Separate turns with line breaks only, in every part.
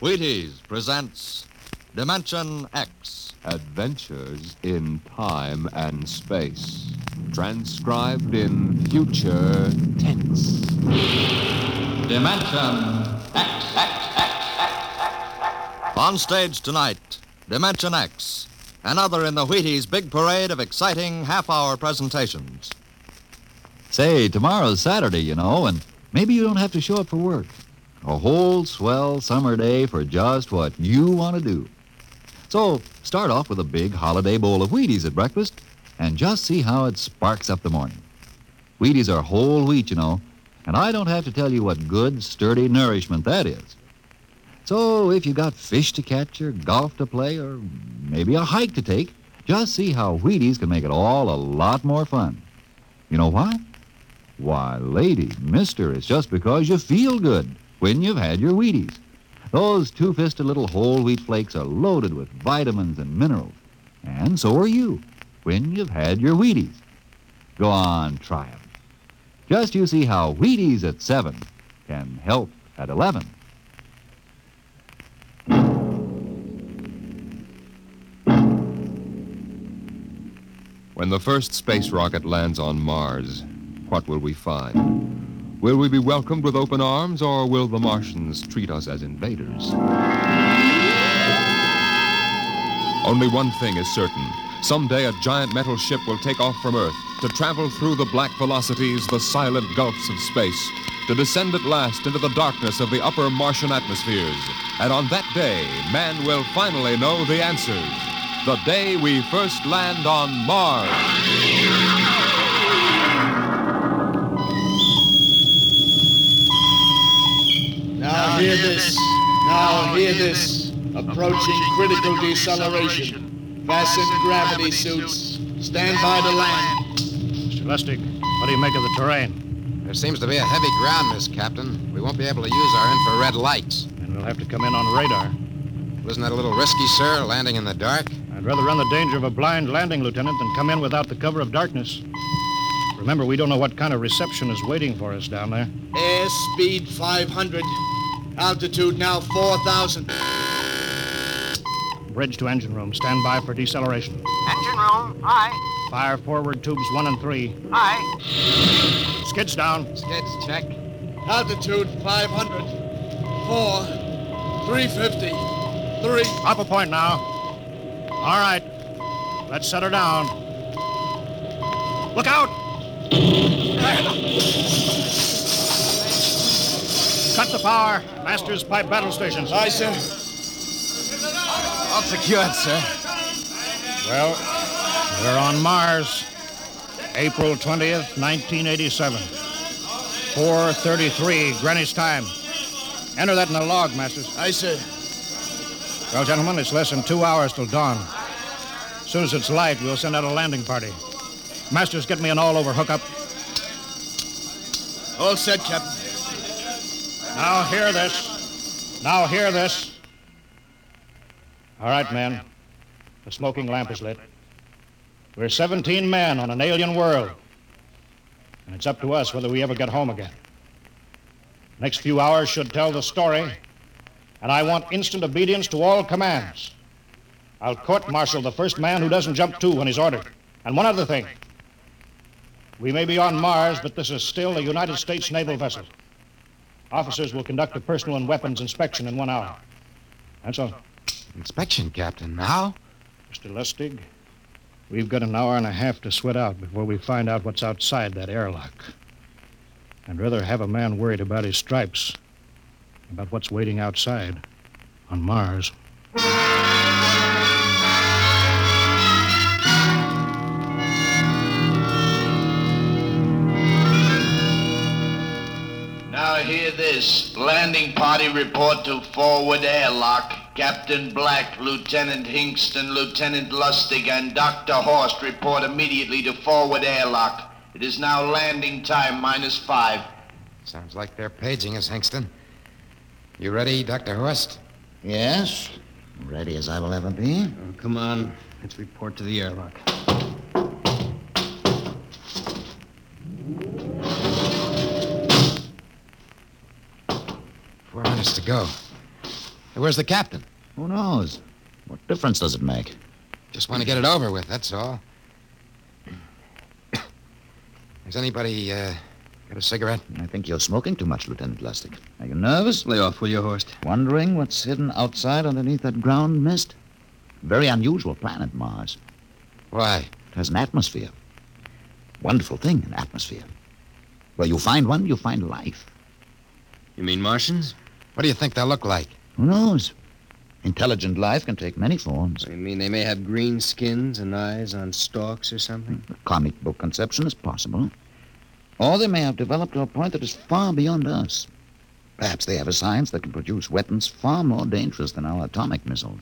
Wheaties presents Dimension X.
Adventures in Time and Space. Transcribed in future tense.
Dimension X. On stage tonight, Dimension X. Another in the Wheaties big parade of exciting half hour presentations.
Say, tomorrow's Saturday, you know, and maybe you don't have to show up for work. A whole swell summer day for just what you want to do. So, start off with a big holiday bowl of Wheaties at breakfast and just see how it sparks up the morning. Wheaties are whole wheat, you know, and I don't have to tell you what good, sturdy nourishment that is. So, if you got fish to catch or golf to play or maybe a hike to take, just see how Wheaties can make it all a lot more fun. You know why? Why, lady, mister, it's just because you feel good when you've had your Wheaties. Those two fisted little whole wheat flakes are loaded with vitamins and minerals. And so are you when you've had your Wheaties. Go on, try 'em. Just you see how Wheaties at 7 can help at 11.
When the first space rocket lands on Mars, what will we find? Will we be welcomed with open arms, or will the Martians treat us as invaders? Only one thing is certain. Someday a giant metal ship will take off from Earth to travel through the black velocities, the silent gulfs of space, to descend at last into the darkness of the upper Martian atmospheres. And on that day, man will finally know the answers. The day we first land on Mars.
Now hear this. Now hear this. Approaching critical deceleration. Fasten gravity suits. Stand by to land.
Mr. Lustig, what do you make of the terrain?
There seems to be a heavy ground, Miss Captain. We won't be able to use our infrared lights.
And we'll have to come in on radar.
Isn't that a little risky, sir, landing in the dark?
I'd rather run the danger of a blind landing, Lieutenant, than come in without the cover of darkness. Remember, we don't know what kind of reception is waiting for us down there.
Air speed 500. Altitude now 4,000.
Bridge to engine room. Stand by for deceleration.
Engine room, aye,
Fire forward tubes one and three.
aye,
Skids down.
Skids, check.
Altitude 500. 4. 350. 3.
Up a point now. All right. Let's set her down. Look out! Cut the power. Masters pipe battle stations.
Aye, sir.
All secured, sir.
Well, we're on Mars, April 20th, 1987. 4.33, Greenwich time. Enter that in the log, Masters.
Aye, sir.
Well, gentlemen, it's less than two hours till dawn. As soon as it's light, we'll send out a landing party. Masters, get me an all-over hookup.
All set, Captain.
Now hear this. Now hear this. All right, men. The smoking lamp is lit. We're 17 men on an alien world. And it's up to us whether we ever get home again. Next few hours should tell the story, and I want instant obedience to all commands. I'll court martial the first man who doesn't jump to when he's ordered. And one other thing. We may be on Mars, but this is still a United States naval vessel. Officers will conduct a personal and weapons inspection in one hour. That's all.
Inspection, Captain. Now?
Mr. Lustig, we've got an hour and a half to sweat out before we find out what's outside that airlock. I'd rather have a man worried about his stripes, about what's waiting outside on Mars.
Now hear this. Landing party report to forward airlock. Captain Black, Lieutenant Hingston, Lieutenant Lustig, and Dr. Horst report immediately to forward airlock. It is now landing time minus five.
Sounds like they're paging us, Hingston. You ready, Dr. Horst?
Yes, ready as I will ever be.
Oh, Come on, let's report to the airlock.
Four minutes to go. Where's the captain?
Who knows? What difference does it make?
Just want to get it over with, that's all. Has anybody uh, got a cigarette?
I think you're smoking too much, Lieutenant Lustig. Are you nervous?
Lay off, will you, Horst?
Wondering what's hidden outside underneath that ground mist? Very unusual planet, Mars.
Why?
It has an atmosphere. Wonderful thing, an atmosphere. Where you find one, you find life.
You mean Martians?
What do you think they'll look like?
Who knows? Intelligent life can take many forms.
You mean they may have green skins and eyes on stalks or something?
A comic book conception is possible. Or they may have developed to a point that is far beyond us. Perhaps they have a science that can produce weapons far more dangerous than our atomic missiles.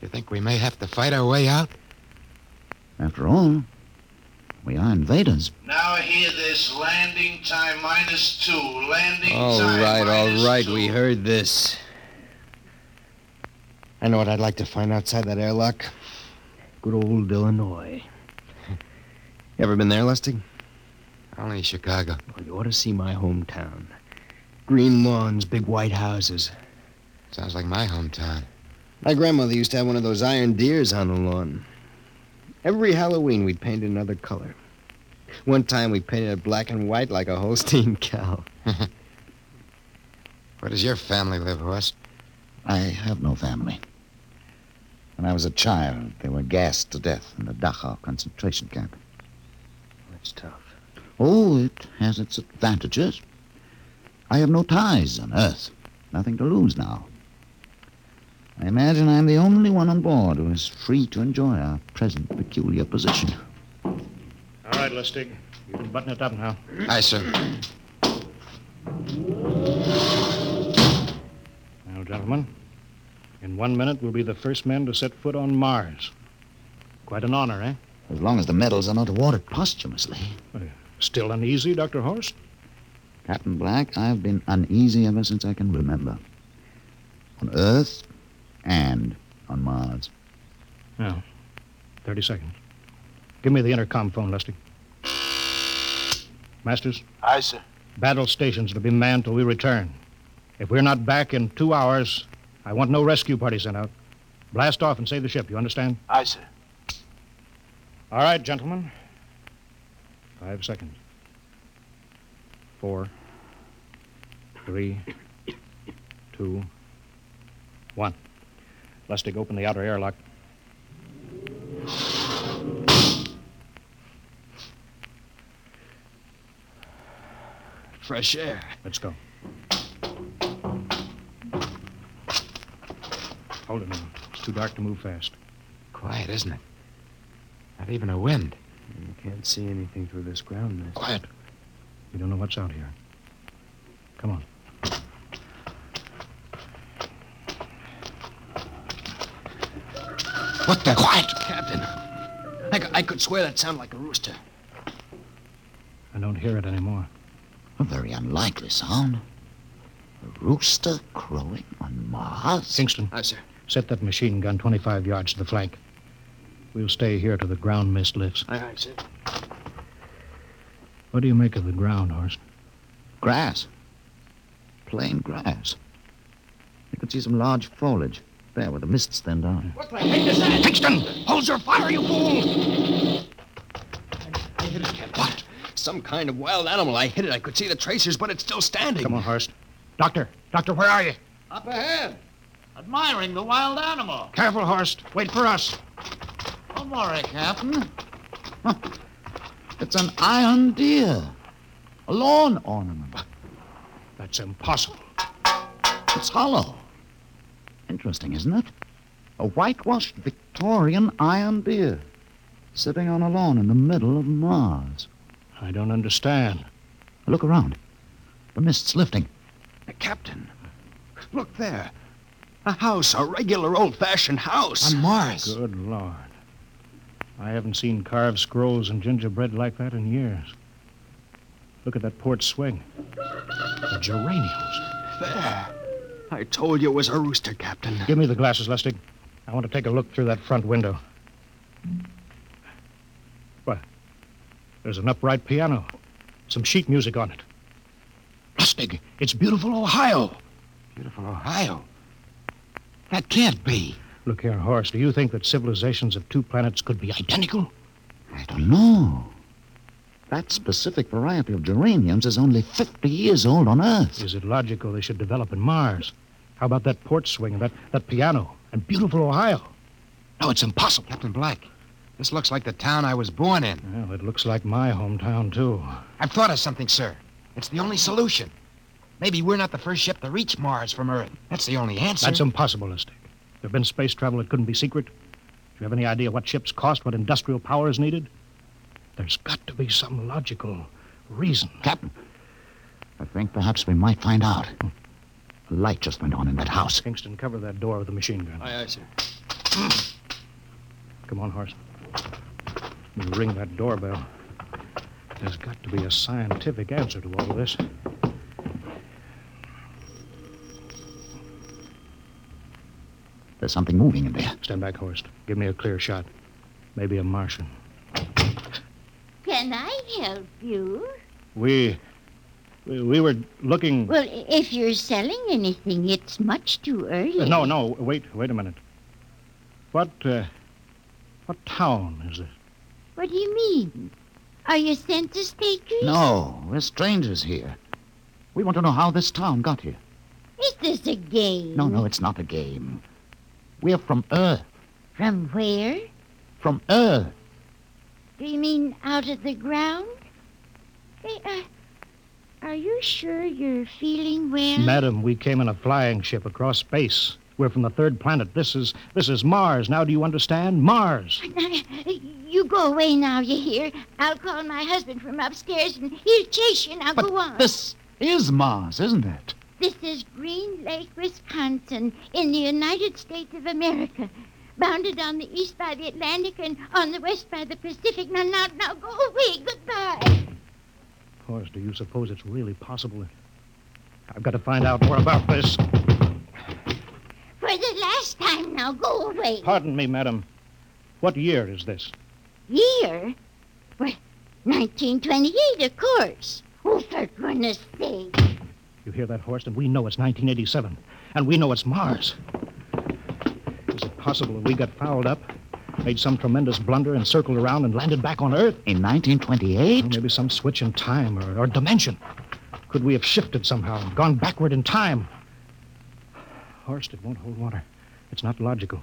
You think we may have to fight our way out?
After all, we are invaders.
Now hear this landing time minus two. Landing
All
time.
right, all
minus
right,
two.
we heard this. I know what I'd like to find outside that airlock. Good old Illinois. You ever been there, Lustig?
Only Chicago.
Well, you ought to see my hometown. Green lawns, big white houses.
Sounds like my hometown.
My grandmother used to have one of those iron deers on the lawn. Every Halloween, we'd paint it another color. One time, we painted it black and white like a Holstein cow.
Where does your family live, Horst?
I have no family. When I was a child, they were gassed to death in the Dachau concentration camp.
That's tough.
Oh, it has its advantages. I have no ties on Earth. Nothing to lose now. I imagine I'm the only one on board who is free to enjoy our present peculiar position.
All right, Lustig. You can button it up now.
Aye, sir.
Now, gentlemen, in one minute we'll be the first men to set foot on Mars. Quite an honor, eh?
As long as the medals are not awarded posthumously.
Still uneasy, Dr. Horst?
Captain Black, I've been uneasy ever since I can remember. On Earth and on Mars.
No. 30 seconds. Give me the intercom phone, Lustig. Masters,
Aye, sir.
battle stations to be manned till we return. If we're not back in two hours, I want no rescue party sent out. Blast off and save the ship, you understand?
Aye, sir.
All right, gentlemen. Five seconds. Four. Three. Two. One. Lustig, open the outer airlock.
Fresh air.
Let's go. Hold it now. It's too dark to move fast.
Quiet, isn't it? Not even a wind.
You can't see anything through this ground mist.
Quiet.
We don't know what's out here. Come on.
What the? Quiet!
Captain, I, c- I could swear that sounded like a rooster.
I don't hear it anymore.
A very unlikely sound. A rooster crowing on Mars?
Kingston,
Aye, sir.
set that machine gun 25 yards to the flank. We'll stay here till the ground mist lifts.
Aye, aye, sir.
What do you make of the ground, Horst?
Grass. Plain grass. You could see some large foliage there where the mists thinned down.
What the heck is that? Kingston! Hold your fire, you fool! I hit it, Captain. What? Some kind of wild animal. I hit it. I could see the tracers, but it's still standing.
Come on, Horst. Doctor, doctor, where are you?
Up ahead. Admiring the wild animal.
Careful, Horst. Wait for us.
Don't worry, Captain. Huh. It's an iron deer. A lawn ornament.
That's impossible.
It's hollow. Interesting, isn't it? A whitewashed Victorian iron deer sitting on a lawn in the middle of Mars.
I don't understand.
Look around. The mist's lifting.
Uh, Captain, look there. A house, a regular old fashioned house.
On Mars.
Good Lord. I haven't seen carved scrolls and gingerbread like that in years. Look at that port swing. The geraniums.
There. I told you it was a rooster, Captain.
Give me the glasses, Lustig. I want to take a look through that front window. What? There's an upright piano. Some sheet music on it.
Lustig, it's beautiful Ohio.
Beautiful Ohio.
That can't be. Look here, Horace, do you think that civilizations of two planets could be identical?
I don't know. Hmm. That specific variety of geraniums is only 50 years old on Earth.
Is it logical they should develop in Mars? How about that port swing and that, that piano and beautiful Ohio? No, it's impossible.
Captain Black, this looks like the town I was born in.
Well, it looks like my hometown, too.
I've thought of something, sir. It's the only solution. Maybe we're not the first ship to reach Mars from Earth. That's the only answer.
That's impossible, Lustig. There've been space travel that couldn't be secret. Do you have any idea what ships cost, what industrial power is needed? There's got to be some logical reason.
Captain, I think perhaps we might find out. A light just went on in that house.
Kingston, cover that door with a machine gun.
Aye, aye, sir.
Come on, Horace. You ring that doorbell. There's got to be a scientific answer to all this.
There's something moving in there.
Stand back, Horst. Give me a clear shot. Maybe a Martian.
Can I help you?
We. We, we were looking.
Well, i- if you're selling anything, it's much too early.
No, no. Wait, wait a minute. What, uh, what town is this?
What do you mean? Are you census takers?
No, we're strangers here. We want to know how this town got here.
Is this a game?
No, no, it's not a game. We're from Earth.
From where?
From Earth.
Do you mean out of the ground? Hey, uh, are you sure you're feeling well?
Madam, we came in a flying ship across space. We're from the third planet. This is this is Mars. Now do you understand? Mars.
You go away now, you hear? I'll call my husband from upstairs and he'll chase you and I'll go on.
This is Mars, isn't it?
This is Green Lake, Wisconsin, in the United States of America. Bounded on the east by the Atlantic and on the west by the Pacific. Now, now, now, go away. Goodbye.
Of course, do you suppose it's really possible? I've got to find out more about this.
For the last time now, go away.
Pardon me, madam. What year is this?
Year? Well, 1928, of course. Oh, for goodness sake.
You hear that, Horst? And we know it's 1987. And we know it's Mars. Is it possible that we got fouled up, made some tremendous blunder, and circled around and landed back on Earth?
In 1928?
Or maybe some switch in time or, or dimension. Could we have shifted somehow, gone backward in time? Horst, it won't hold water. It's not logical.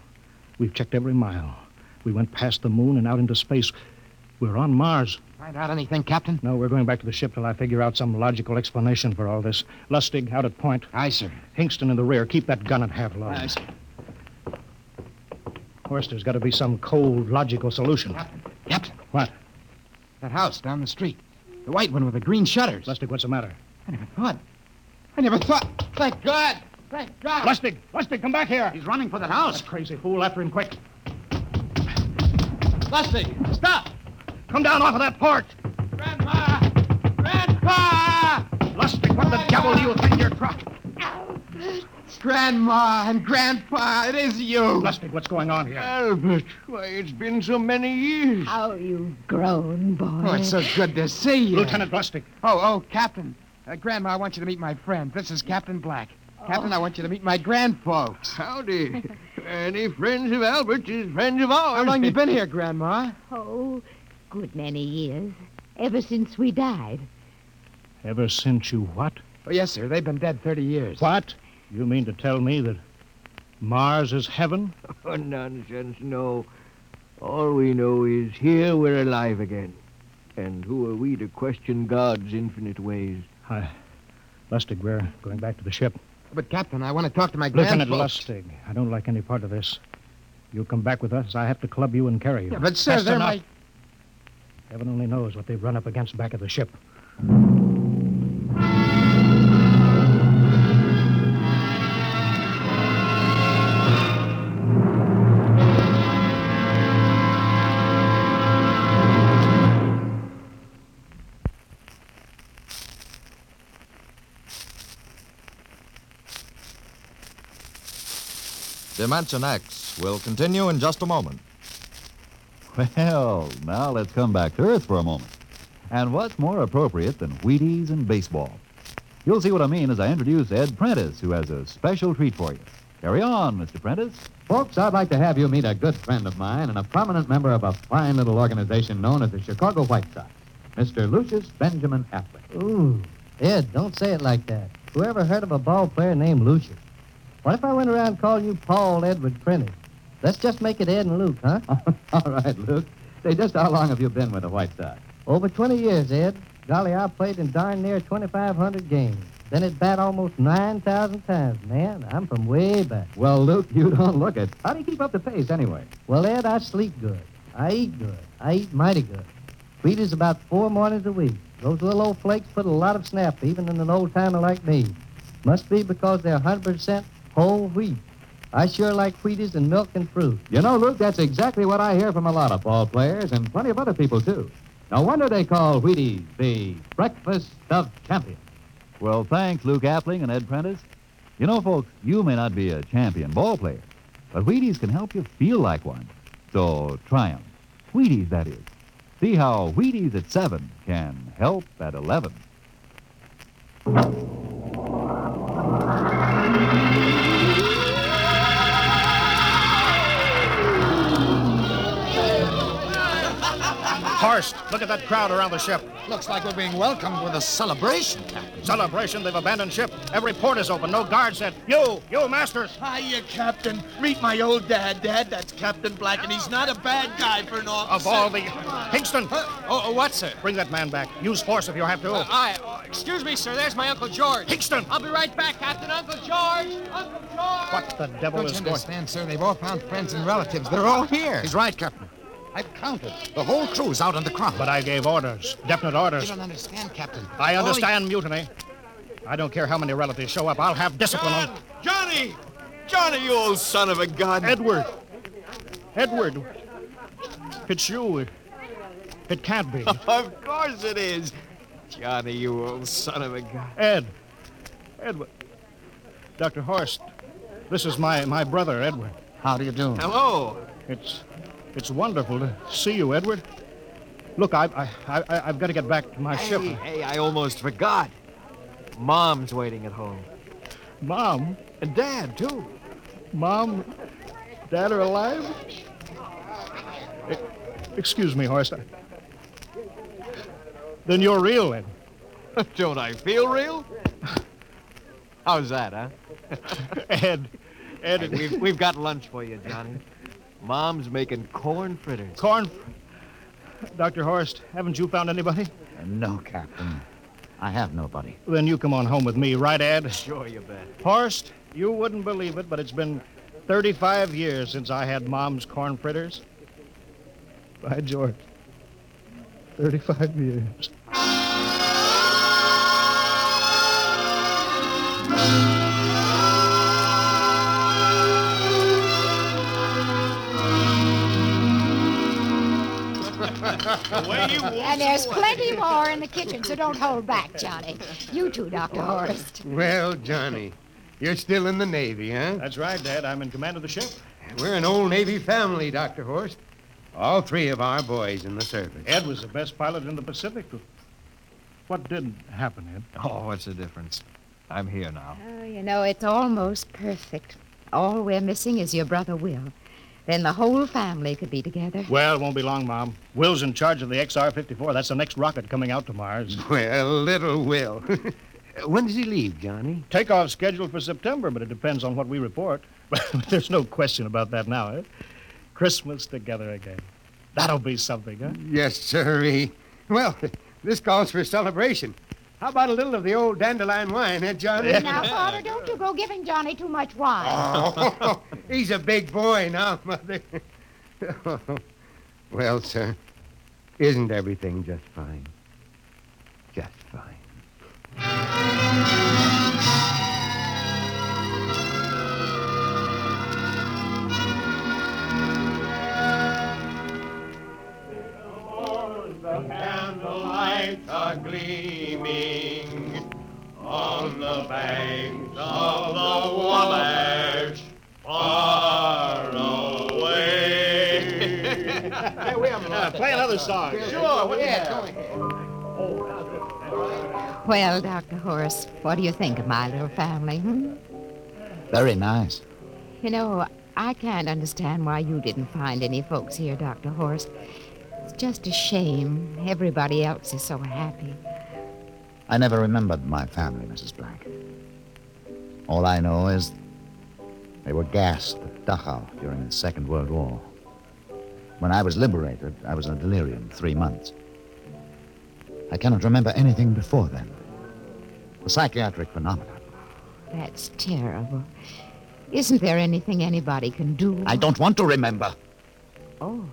We've checked every mile. We went past the moon and out into space. We're on Mars.
Find out anything, Captain?
No, we're going back to the ship till I figure out some logical explanation for all this. Lustig, out at point.
Aye, sir.
Hingston in the rear. Keep that gun at half
Aye,
load.
aye, sir.
Horst, there's got to be some cold, logical solution.
Captain, Captain,
What?
that house down the street. The white one with the green shutters.
Lustig, what's the matter?
I never thought. I never thought. Thank God. Thank God.
Lustig! Lustig, come back here!
He's running for that house.
That crazy fool, after him quick.
Lustig, stop.
Come down off of that porch!
Grandpa! Grandpa!
Lustig, what the devil do you think you're crock?
Grandma and Grandpa, it is you.
Lustig, what's going on here?
Albert, why, it's been so many years.
How you've grown, boy.
Oh, it's so good to see you.
Lieutenant Lustig.
Oh, oh, Captain. Uh, Grandma, I want you to meet my friend. This is Captain Black.
Oh.
Captain, I want you to meet my grandfolks.
Howdy. Any friends of Albert's is friends of ours.
How long you been here, Grandma?
Oh, good many years. Ever since we died.
Ever since you what?
Oh, yes, sir. They've been dead 30 years.
What? You mean to tell me that Mars is heaven?
Oh, nonsense, no. All we know is here we're alive again. And who are we to question God's infinite ways?
Lustig, we're going back to the ship.
But, Captain, I want to talk to my
Lieutenant
grandfolks.
Lustig, I don't like any part of this. You come back with us, I have to club you and carry you.
Yeah, but, sir,
That's
they're
enough.
my...
Heaven only knows what they've run up against back of the ship.
Dimension X will continue in just a moment.
Well, now let's come back to Earth for a moment. And what's more appropriate than Wheaties and baseball? You'll see what I mean as I introduce Ed Prentice, who has a special treat for you. Carry on, Mr. Prentice.
Folks, I'd like to have you meet a good friend of mine and a prominent member of a fine little organization known as the Chicago White Sox, Mr. Lucius Benjamin Affleck.
Ooh, Ed, don't say it like that. Whoever heard of a ball player named Lucius? What if I went around calling you Paul Edward Prentice? Let's just make it Ed and Luke, huh?
All right, Luke. Say, just how long have you been with the White Sox?
Over 20 years, Ed. Golly, I played in darn near 2,500 games. Been at bat almost 9,000 times, man. I'm from way back.
Well, Luke, you don't look it. How do you keep up the pace, anyway?
Well, Ed, I sleep good. I eat good. I eat mighty good. Wheat is about four mornings a week. Those little old flakes put a lot of snap, even in an old timer like me. Must be because they're 100% whole wheat. I sure like Wheaties and milk and fruit.
You know, Luke, that's exactly what I hear from a lot of ball players and plenty of other people, too. No wonder they call Wheaties the breakfast of champions.
Well, thanks, Luke Appling and Ed Prentice. You know, folks, you may not be a champion ball player, but Wheaties can help you feel like one. So try 'em. Wheaties, that is. See how Wheaties at 7 can help at 11.
Horst, look at that crowd around the ship.
Looks like we're being welcomed with a celebration, Captain.
Celebration, they've abandoned ship. Every port is open, no guards set. You, you, Masters.
Hiya, Captain. Meet my old dad. Dad, that's Captain Black, and he's not a bad guy for an
Of
officer.
all the. Kingston!
Oh, oh, what, sir?
Bring that man back. Use force if you have to.
Uh, I, oh, excuse me, sir. There's my Uncle George.
Hickston!
I'll be right back, Captain. Uncle George! Uncle George!
What the devil
Don't
is
you
going...
understand, sir? They've all found friends and relatives. They're all here.
He's right, Captain.
I've counted. The whole crew's out in the crowd.
But I gave orders, definite orders.
You don't understand, Captain.
I understand mutiny. I don't care how many relatives show up. I'll have discipline on.
Oh,
Johnny! Johnny, you old son of a gun.
Edward. Edward. It's you. It can't be.
of course it is. Johnny, you old son of a gun.
Ed. Edward. Dr. Horst. This is my, my brother, Edward.
How do you do?
Hello.
It's it's wonderful to see you, Edward. Look, I, I, I, I've got to get back to my ship.
Hey, hey, I almost forgot. Mom's waiting at home.
Mom?
And Dad, too.
Mom, Dad are alive? E- Excuse me, Horst. I- Then you're real, Ed.
Don't I feel real? How's that, huh?
Ed. Ed.
Hey, we've, we've got lunch for you, Johnny. Mom's making corn fritters.
Corn. Dr. Horst, haven't you found anybody?
Uh, No, Captain. I have nobody.
Then you come on home with me, right, Ed?
Sure, you bet.
Horst, you wouldn't believe it, but it's been 35 years since I had Mom's corn fritters. By George. 35 years.
And there's plenty more in the kitchen, so don't hold back, Johnny. You too, Dr. Horst.
Well, Johnny, you're still in the Navy, huh?
That's right, Dad. I'm in command of the ship.
We're an old Navy family, Dr. Horst. All three of our boys in the service.
Ed was the best pilot in the Pacific. What did happen, Ed?
Oh, what's the difference? I'm here now.
Oh, you know, it's almost perfect. All we're missing is your brother Will. Then the whole family could be together.
Well, it won't be long, Mom. Will's in charge of the XR 54. That's the next rocket coming out to Mars.
Well, little Will. when does he leave, Johnny?
Takeoff's scheduled for September, but it depends on what we report. There's no question about that now, eh? Christmas together again. That'll be something, huh?
Yes, sirree. Well, this calls for a celebration. How about a little of the old dandelion wine, eh, Johnny?
Now, Father, don't you go giving Johnny too much wine.
Oh, he's a big boy now, Mother. well, sir, isn't everything just fine? Just fine.
The candlelights are gleaming on the banks of the Wabash, far away. hey, we have
play another song.
Sure, what do you have?
Well, Dr. Horst, what do you think of my little family? Hmm?
Very nice.
You know, I can't understand why you didn't find any folks here, Dr. Horst. It's just a shame. Everybody else is so happy.
I never remembered my family, Mrs. Black. All I know is they were gassed at Dachau during the Second World War. When I was liberated, I was in a delirium three months. I cannot remember anything before then. A psychiatric phenomenon.
That's terrible. Isn't there anything anybody can do?
I don't want to remember.
Oh,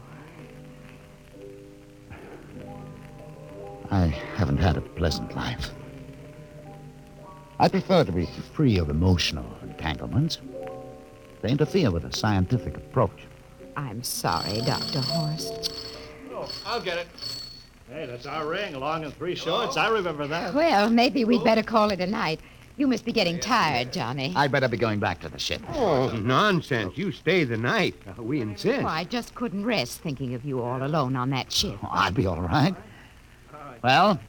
I haven't had a pleasant life. I prefer to be free of emotional entanglements. They interfere with a scientific approach.
I'm sorry, Dr. Horst.
Oh, I'll get it. Hey, that's our ring, long and three shorts. I remember that.
Well, maybe we'd better call it a night. You must be getting tired, Johnny.
I'd better be going back to the ship.
Oh, nonsense. You stay the night. Uh, We
Oh,
insist.
I just couldn't rest thinking of you all alone on that ship.
Oh, I'd be all right. Well,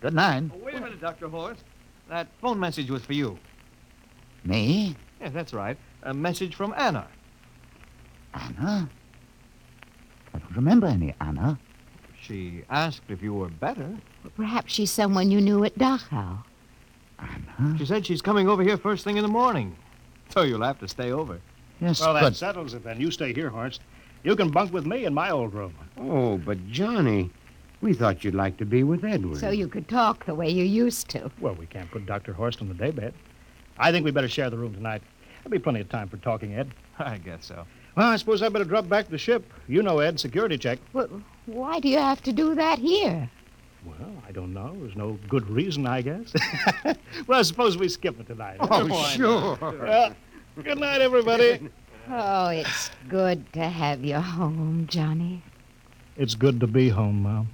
good night.
Oh, Wait a minute, Dr. Horst. That phone message was for you.
Me?
Yeah, that's right. A message from Anna.
Anna? I don't remember any Anna.
She asked if you were better.
Perhaps she's someone you knew at Dachau.
She said she's coming over here first thing in the morning. So you'll have to stay over.
Yes,
Well, that
but-
settles it then. You stay here, Horst. You can bunk with me in my old room.
Oh, but Johnny, we thought you'd like to be with Edward.
So you could talk the way you used to.
Well, we can't put Dr. Horst on the daybed. I think we better share the room tonight. There'll be plenty of time for talking, Ed.
I guess so.
Well, I suppose I better drop back to the ship. You know, Ed, security check.
Well, why do you have to do that here?
Well, I don't know. There's no good reason, I guess. well, suppose we skip it tonight.
Oh,
Why not?
sure.
Well, good night, everybody.
Oh, it's good to have you home, Johnny.
It's good to be home, Mom.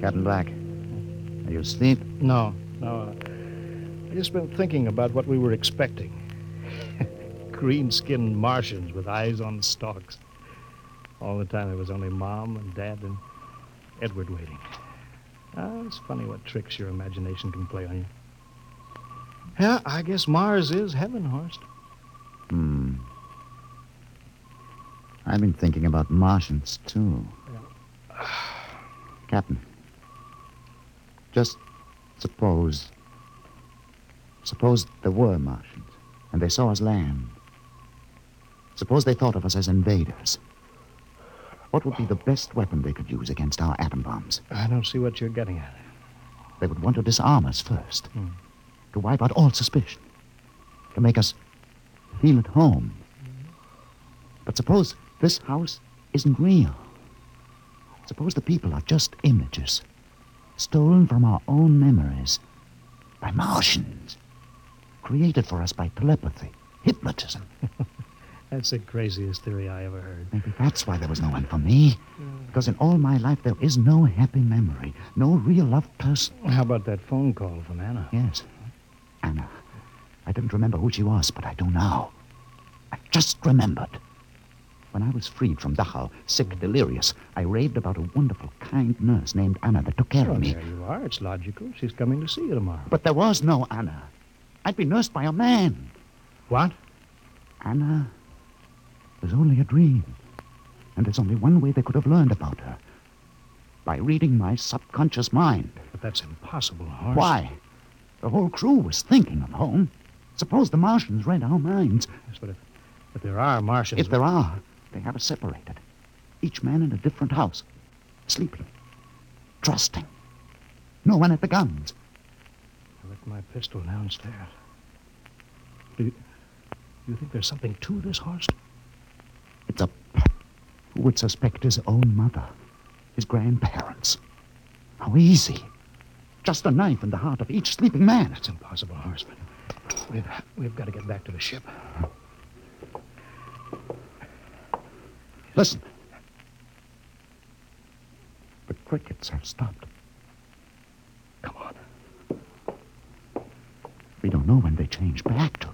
Captain Black, are you asleep?
No, no. I just been thinking about what we were expecting. Green-skinned Martians with eyes on stalks. All the time there was only Mom and Dad and Edward waiting. Oh, it's funny what tricks your imagination can play on you. Yeah, I guess Mars is heaven, Horst.
Hmm. I've been thinking about Martians, too. Captain, just suppose. Suppose there were Martians, and they saw us land. Suppose they thought of us as invaders. What would be the best weapon they could use against our atom bombs?
I don't see what you're getting at.
They would want to disarm us first, to wipe out all suspicion, to make us feel at home. But suppose this house isn't real. Suppose the people are just images, stolen from our own memories by Martians, created for us by telepathy, hypnotism.
That's the craziest theory I ever heard.
Maybe that's why there was no one for me. Because in all my life, there is no happy memory, no real loved person.
How about that phone call from Anna?
Yes. Anna. I didn't remember who she was, but I do now. I just remembered. When I was freed from Dachau, sick, delirious, I raved about a wonderful, kind nurse named Anna that took care
Well,
of me.
Oh, there you are. It's logical. She's coming to see you tomorrow.
But there was no Anna. I'd been nursed by a man.
What?
Anna was only a dream. And there's only one way they could have learned about her by reading my subconscious mind.
But that's impossible, Horace.
Why? The whole crew was thinking of home. Suppose the Martians read our minds.
Yes, but if, if there are Martians.
If there are, they have us separated. Each man in a different house, sleeping, trusting. No one at the guns.
I left my pistol downstairs. Do you, do you think there's something to this, Horst?
It's a. Who would suspect his own mother? His grandparents? How easy. Just a knife in the heart of each sleeping man.
That's impossible, Horst. But we've, we've got to get back to the ship.
Listen. The crickets have stopped.
Come on.
We don't know when they change back to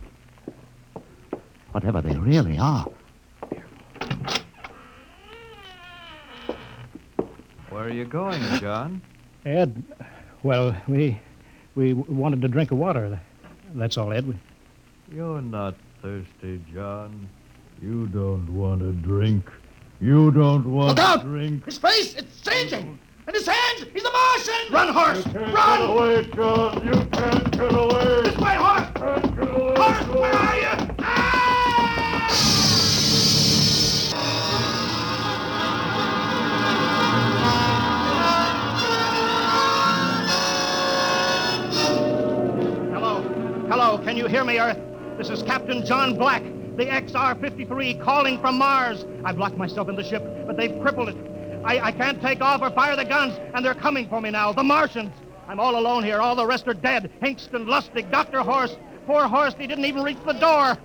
whatever they really are.
Where are you going, John?
Ed, well, we we wanted a drink of water. That's all, Ed.
You're not thirsty, John.
You don't want a drink. You don't
Look
want a
out!
drink.
His face, it's changing. And his hands, he's a Martian. Run, horse, run. Get away, John. You can't get away. This way, horse. Horse, where are you?
Hello. Hello. Can you hear me, Earth? This is Captain John Black, the XR 53, calling from Mars. I've locked myself in the ship, but they've crippled it. I, I can't take off or fire the guns, and they're coming for me now, the Martians. I'm all alone here. All the rest are dead. Hinkston, Lustig, Dr. Horst. Poor Horst, he didn't even reach the door.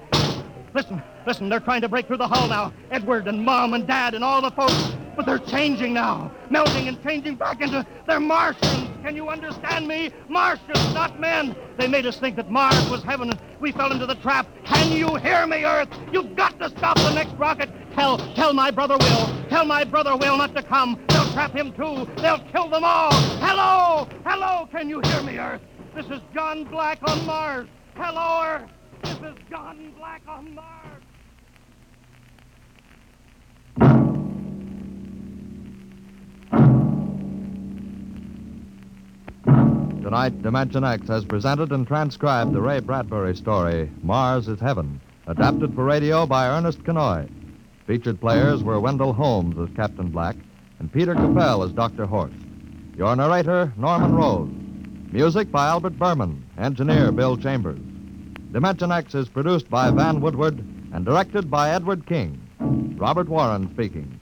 Listen, listen, they're trying to break through the hull now. Edward and Mom and Dad and all the folks. But they're changing now, melting and changing back into. They're Martians. Can you understand me? Martians, not men. They made us think that Mars was heaven and we fell into the trap. Can you hear me, Earth? You've got to stop the next rocket. Tell, tell my brother Will. Tell my brother Will not to come. They'll trap him too. They'll kill them all. Hello, hello. Can you hear me, Earth? This is John Black on Mars. Hello, Earth. This is John Black on Mars.
Tonight, Dimension X has presented and transcribed the Ray Bradbury story, Mars is Heaven, adapted for radio by Ernest Canoy. Featured players were Wendell Holmes as Captain Black and Peter Capel as Dr. Horst. Your narrator, Norman Rose. Music by Albert Berman, engineer Bill Chambers. Dimension X is produced by Van Woodward and directed by Edward King. Robert Warren speaking.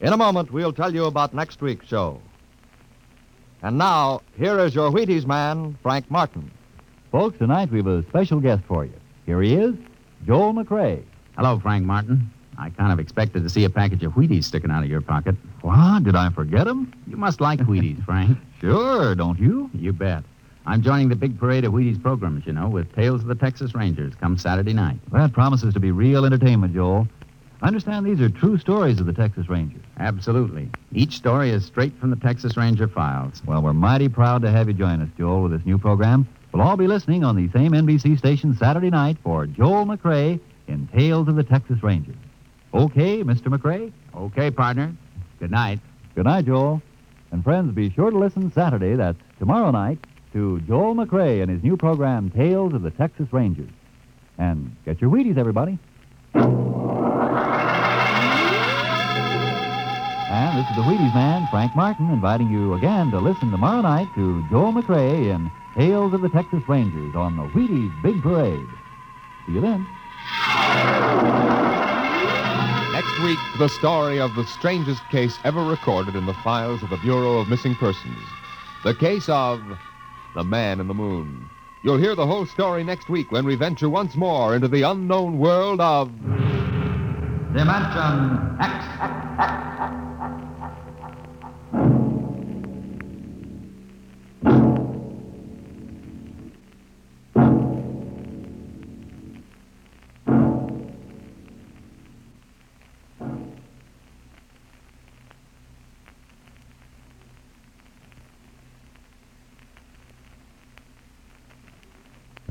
In a moment, we'll tell you about next week's show. And now, here is your Wheaties man, Frank Martin.
Folks, tonight we've a special guest for you. Here he is, Joel McRae.
Hello, Frank Martin. I kind of expected to see a package of Wheaties sticking out of your pocket. What? Did I forget 'em? You must like Wheaties, Frank. Sure, don't you? You bet. I'm joining the big parade of Wheaties programs, you know, with Tales of the Texas Rangers come Saturday night.
That promises to be real entertainment, Joel. I understand these are true stories of the Texas Rangers.
Absolutely. Each story is straight from the Texas Ranger files.
Well, we're mighty proud to have you join us, Joel, with this new program. We'll all be listening on the same NBC station Saturday night for Joel McRae in Tales of the Texas Rangers. Okay, Mr. McRae?
Okay, partner. Good night.
Good night, Joel. And friends, be sure to listen Saturday, that's tomorrow night, to Joel McRae and his new program, Tales of the Texas Rangers. And get your Wheaties, everybody. And this is the Wheaties man, Frank Martin, inviting you again to listen tomorrow night to Joel McRae in Tales of the Texas Rangers on the Wheaties Big Parade. See you then.
Next week, the story of the strangest case ever recorded in the files of the Bureau of Missing Persons. The case of the man in the moon. You'll hear the whole story next week when we venture once more into the unknown world of.
Dimension X.